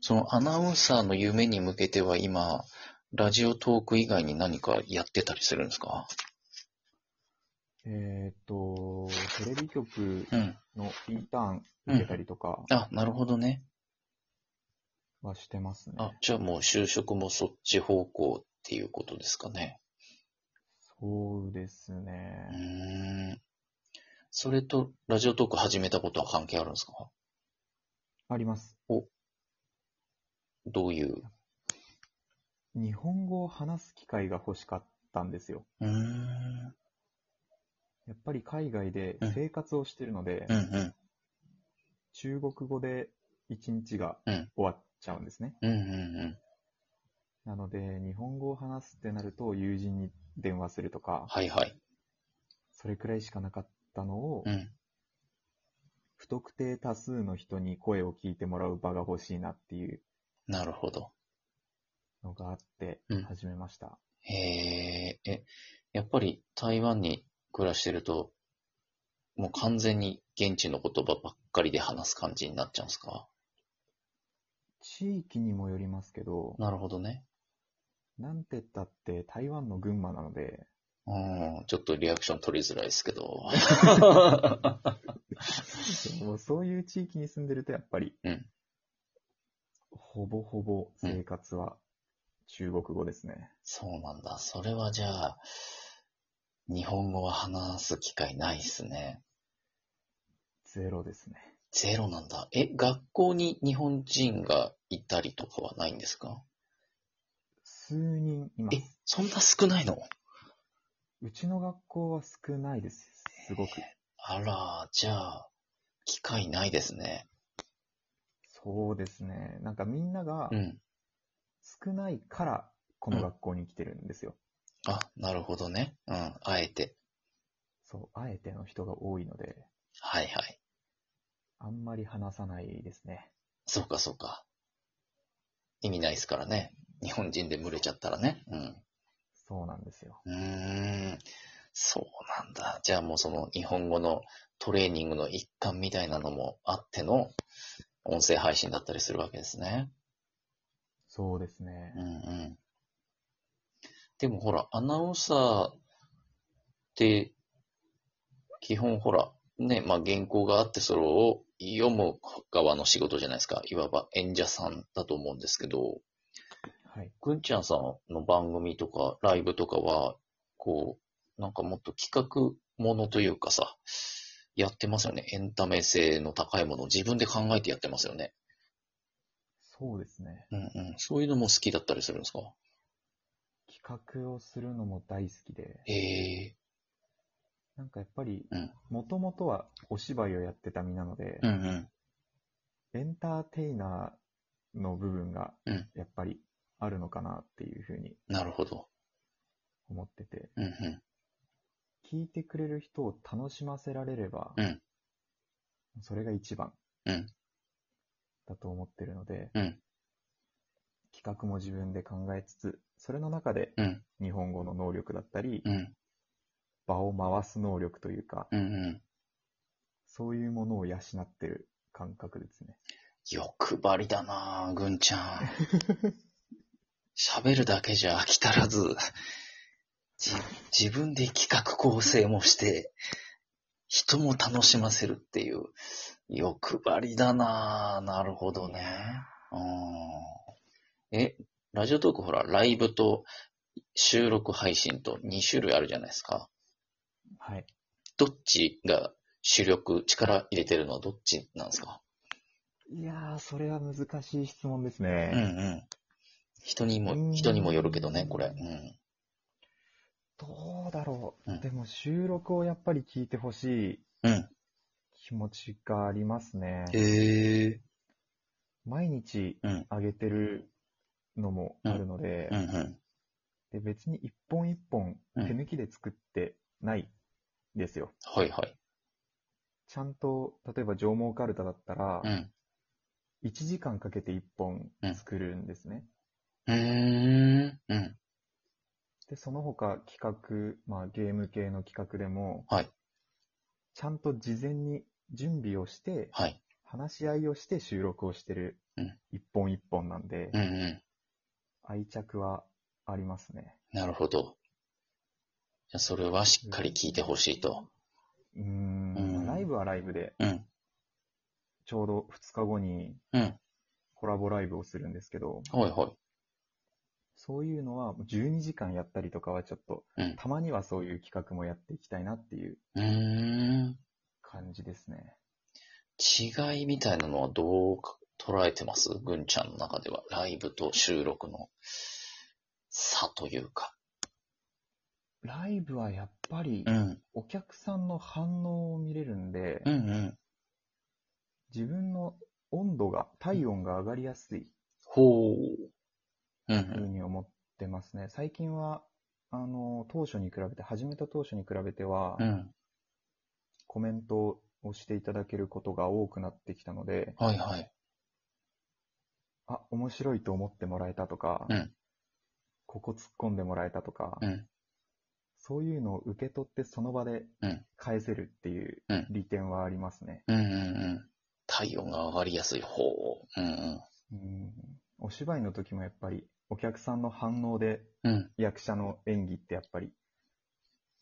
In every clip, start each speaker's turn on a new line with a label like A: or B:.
A: そのアナウンサーの夢に向けては今、ラジオトーク以外に何かやってたりするんですか
B: えーっと、テレビ局
A: うん。
B: のインターン受けたりとか
A: あ、なるほどね。
B: はしてますね。
A: あ、じゃあもう就職もそっち方向っていうことですかね。
B: そうです
A: う
B: ね。
A: ーん。それと、ラジオトーク始めたことは関係あるんですか
B: あります。
A: どういう。
B: 日本語を話す機会が欲しかったんですよ。
A: うーん。うん
B: やっぱり海外で
A: うん
B: 生活をしてるので、
A: うん。
B: 中国語で一日が
A: うん
B: 終わっちゃうんですね。
A: うんうんうん。
B: なので、日本語を話すってなると、友人に電話するとか、
A: はいはい。
B: それくらいしかなかったのを、
A: うん。
B: 不特定多数の人に声を聞いてもらう場が欲しいなっていう
A: なるほど。
B: のがあって
A: うん、
B: 始めました。
A: へえ、え、やっぱり台湾に暮らしてると、もう完全に現地の言葉ばっかりで話す感じになっちゃうんですか
B: 地域にもよりますけど、
A: なるほどね。
B: なんてったって台湾の群馬なので、
A: うん、ちょっとリアクション取りづらいですけ ど。
B: もうそういう地域に住んでるとやっぱり、
A: うん
B: ほぼほぼ生活は中国語ですね。
A: そうなんだ。それはじゃあ、日本語は話す機会ないっすね。
B: ゼロですね。
A: ゼロなんだ。え、学校に日本人がいたりとかはないんですか
B: 数人いま
A: え
B: す。、
A: そんな少ないの
B: うちの学校は少ないです。すごく。
A: あら、じゃあ、機会ないですね。
B: そうですね。なんかみんなが
A: うん。
B: 少ないからこの学校に来てるんですよ。
A: あ、なるほどね。うん、あえて。
B: そう、あえての人が多いので、
A: はいはい。
B: あんまり話さないですね。
A: そうかそうか。意味ないですからね。日本人で群れちゃったらね。うん。
B: そうなんですよ。
A: うーん。そうなんだ。じゃあもうその日本語のトレーニングの一環みたいなのもあっての音声配信だったりするわけですね。
B: そうですね
A: うん。うん。でもほら、アナウンサーって、基本ほら、ね、まあ原稿があってそれを読む側の仕事じゃないですか。いわば演者さんだと思うんですけど、
B: はい。
A: ぐんちゃんさんの番組とかライブとかは、こう、なんかもっと企画ものというかさ、やってますよね。エンタメ性の高いものを自分で考えてやってますよね。
B: そうですね。
A: うんうん。そういうのも好きだったりするんですか
B: 企画をするのも大好きで、
A: へえ。
B: なんかやっぱり
A: うん、
B: もともとはお芝居をやってた身なので
A: う、んうん。
B: エンターテイナーの部分が
A: うん
B: やっぱりあるのかなっていうふうに
A: なるほど。
B: 思ってて、
A: うんうん。
B: 聞いてくれる人を楽しませられれば
A: うん、
B: それが一番
A: うん
B: だと思ってるので
A: うん、
B: 企画も自分で考えつつ、それの中で
A: うん
B: 日本語の能力だったり
A: う、ん。
B: 場を回す能力というか、
A: うんうん。
B: そういうものを養ってる感覚ですね。
A: 欲張りだなぁ、ぐんちゃん。喋るだけじゃ飽き足らず、じ自分で企画構成もして、人も楽しませるっていう、欲張りだなぁ。なるほどね。うん。え、ラジオトークほら、ライブと収録配信と2種類あるじゃないですか。
B: はい。
A: どっちが主力、力入れてるのはどっちなんですか
B: いやー、それは難しい質問です
A: うんう
B: ね。
A: ん。人に
B: う
A: も、
B: ん
A: 人にもよるけどね、これ。うん。
B: どうだろう、
A: うん
B: でも収録をやっぱり聞いてほしい
A: うん。
B: 気持ちがありますね。
A: へえ。
B: 毎日
A: うん。
B: 上げてるのもあるので、
A: うんうん。
B: で別に一本一本
A: うん
B: 手抜きで作ってないですよ。
A: はいはい。
B: ちゃんと、例えば上毛カルタだったら
A: う、ん。
B: 1時間かけて1本作るんですね。
A: うーん。うん。
B: で、その他企画、まあゲーム系の企画でも、
A: はい
B: ちゃんと事前に準備をして
A: はい。
B: 話し合いをして収録をしてる
A: うん
B: 一本一本なんで、
A: うんう
B: 愛着はありますね。
A: ん。なるほど。いやそれはしっかり聞いてほしいと。
B: うーん
A: うん
B: ライブはライブで、
A: うん。
B: ちょうど2日後に
A: うん。
B: コラボライブをするんですけど、
A: はいはい。
B: そういうのは12時間やったりとかはちょっと、
A: うん
B: たまにはそういう企画もやっていきたいなっていう
A: うーん。
B: 感じですね。
A: 違いみたいなのはどうか捉えてますぐんちゃんの中では。ライブと収録の差というか。
B: ライブはやっぱり
A: ん。
B: お客さんの反応を見れるんで、
A: うんうん。
B: 自分の温度が、体温が上がりやすい
A: ほう。うんう。
B: ふうんに思ってますね。最近は、あの、当初に比べて、始めた当初に比べては、
A: うん。
B: コメントをしていただけることが多くなってきたので、
A: はいはい。
B: あ、面白いと思ってもらえたとか、
A: うん
B: ここ突っ込んでもらえたとか、
A: うん。
B: そういうのを受け取ってその場で
A: うん
B: 返せるっていう
A: うん
B: 利点はありますね。
A: うんうんうん。体温が上がりやすい方。うん
B: うんお芝居の時もやっぱりお客さんの反応で
A: うん。うん。
B: 役者の演技ってやっぱり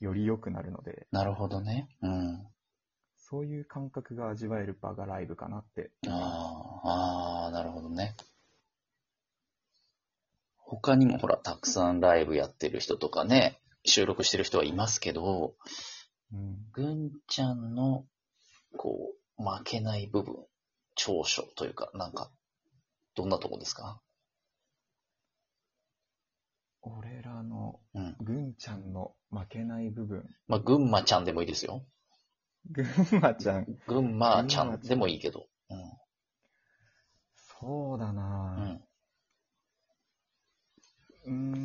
B: より良くなるので、
A: なるほどね。うん。
B: そういう感覚が味わえる場がライブかなって。
A: ああ、ああ、なるほどね。他にもほら、たくさんライブやってる人とかね、収録してる人はいますけど、
B: うん、
A: ぐんちゃんの、こう、負けない部分、長所というか、なんか、どんなとこですか
B: 俺らの
A: うん。
B: ぐんちゃんの負けない 部分。
A: まあ、ぐんまちゃんでもいいですよ。
B: ぐんまちゃん。
A: ぐんまちゃんでもいいけど。
B: そうだ
A: う。
B: なん
A: う
B: ぁ
A: ん。
B: う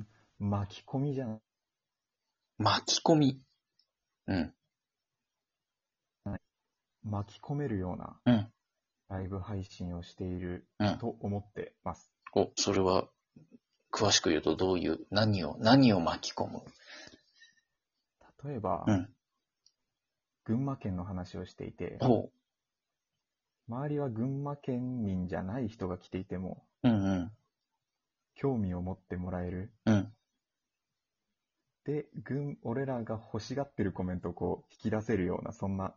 B: ーん、巻き込みじゃん。
A: 巻き込み。うん。
B: 巻き込めるような
A: うん。
B: ライブ配信をしている
A: うん
B: と思ってます。
A: お、それは、詳しく言うとどういう、何を、何を巻き込む
B: 例えば、
A: うん。
B: 群馬県の話をしていて、
A: ほう。
B: 周りは群馬県民じゃない人が来ていても、
A: うんうん。
B: 興味を持ってもらえる。
A: うん。
B: で、群、俺らが欲しがってるコメントをこう引き出せるような、そんな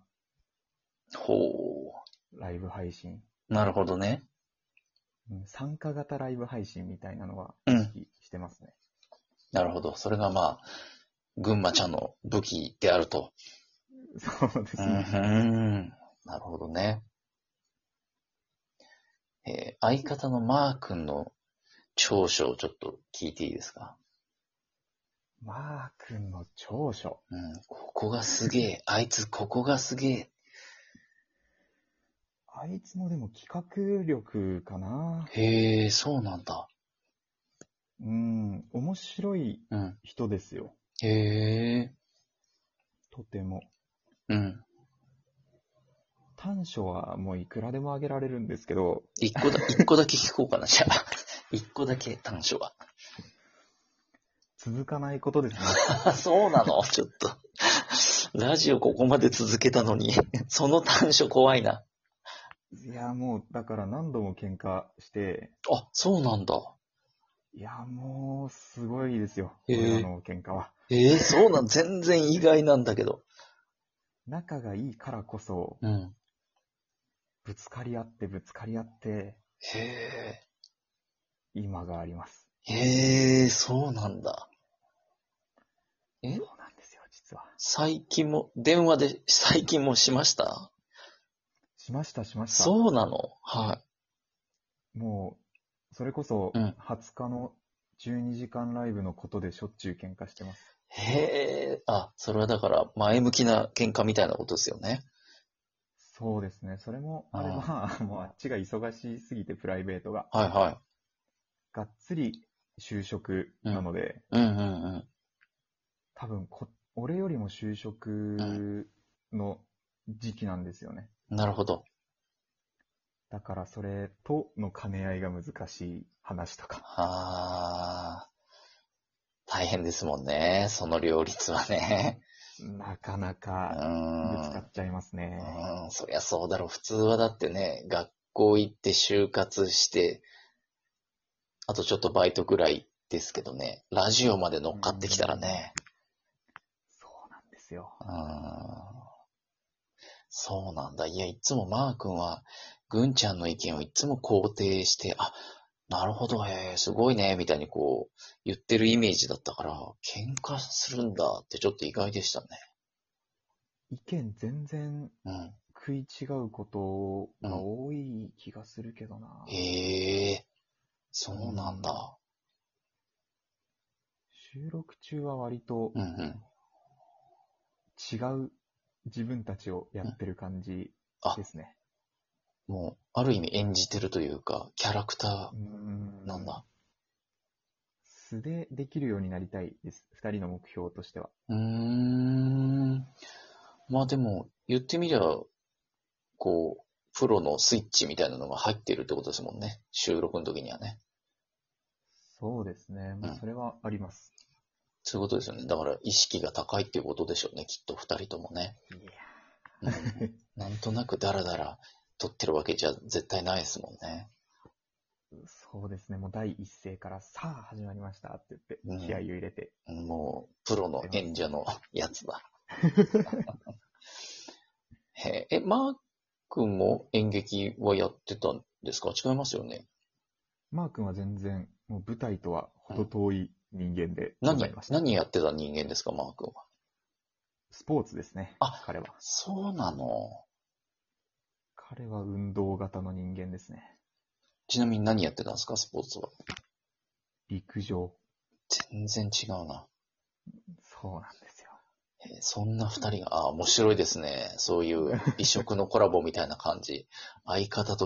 A: ほ
B: ライブ配信。
A: う。なるほどね。
B: うん参加型ライブ配信みたいなのは
A: う
B: 意
A: ん
B: 識してますね。
A: なるほど。それがまあ、群馬ちゃんの武器であると。
B: そうです
A: うん。
B: ね。
A: なるほどね。えー相方のマー君の長所をちょっと聞いていいですか
B: マー君の長所。
A: うん。ここがすげえ。あいつここがすげえ。
B: あいつもでも企画力かな。
A: へえ、そうなんだ。
B: うん、面白い
A: うん。
B: 人ですよ。
A: へえ。
B: とても。
A: うん。
B: 短所はもういくらでも挙げられるんですけど、
A: 一個だ、一個だけ聞こうかな、じゃあ。一個だけ短所は。
B: 続かないことですね。
A: あ そうなのちょっと。ラジオここまで続けたのに、その短所怖いな。
B: いや、もう、だから何度も喧嘩して、
A: あ、そうなんだ。
B: いや、もう、すごいですよ。
A: へえ
B: 俺らの喧嘩は。
A: ええそうなん、全然意外なんだけど。
B: 仲がいいからこそ、
A: うん。
B: ぶつかり合って、ぶつかり合って、
A: へ
B: 今があります。
A: え、へえ、そうなんだ。え
B: そうなんですよ、実は。
A: 最近も、電話で最近もしました
B: しました、しました。
A: そうなのは
B: もう、それこそ、
A: うん
B: 20日の12時間ライブのことでしょっちゅう喧嘩してます。
A: い。へえ、あ、それはだから前向きな喧嘩みたいなことですよね。
B: そうですね。それもあれば、 もうあっちが忙しすぎて、プライベートが。
A: はいは
B: がっつり就職なので、
A: い。うんうんうん。
B: 多分こ、俺よりも就職の時期なんですよね。
A: なるほど。
B: だから、それとの兼ね合いが難しい話とか。
A: ああ、大変ですもんね。その両立はね。
B: なかな
A: う
B: かぶつか
A: ん。
B: っちゃいますね。
A: うん、そりゃそうだろう。普通はだってね、学校行って就活して、あとちょっとバイトぐらいですけどね、ラジオまで乗っかってきたらね、
B: そうなんですよ。
A: うん、そうなんだ。いや、いつもマー君は、ぐんちゃんの意見をいつも肯定して、あ、なるほど、へえ、すごいね、みたいにこう、言ってるイメージだったから、喧嘩するんだってちょっと意外でしたね。
B: 意見全然
A: うん。
B: 食い違うことが多い気がするけどな。
A: へえ、そうなんだ。
B: 収録中は割と
A: うんうん。
B: 違う自分たちをやってる感じですね。
A: もう、ある意味演じてるというか、キャラクターなんだ。。
B: 素でできるようになりたいです。二人の目標としては。
A: うーん。まあでも、言ってみりゃ、こう、プロのスイッチみたいなのが入ってるってことですもんね。収録の時にはね。
B: そうですね。もうそれはあります。
A: そういうことですよね。だから、意識が高いっていうことでしょうね。きっと二人ともね。
B: いや
A: うんなんとなくダラダラ撮ってるわけじゃ絶対ないですもんね。
B: そうですね。もう第一声から、さあ始まりましたって
A: う
B: 言っ
A: ん
B: て、気合を入れて。
A: もう、プロの演者のやつだ。へえ、え、マー君も演劇はやってたんですか違いますよね。
B: マー君は全然、もう舞台とは程遠い人間でご
A: 何
B: ざいま、した。
A: 何やってた人間ですか、マー君は。
B: スポーツですね。
A: あ
B: 彼は。
A: そうなの。
B: 彼は運動型の人間ですね。
A: ちなみに何やってたんですか、スポーツは。
B: 陸上。
A: 全然違うな。
B: そうなんですよ。
A: えーそんな二人が、あー面白いですね。そういう異色のコラボみたいな感じ。相方と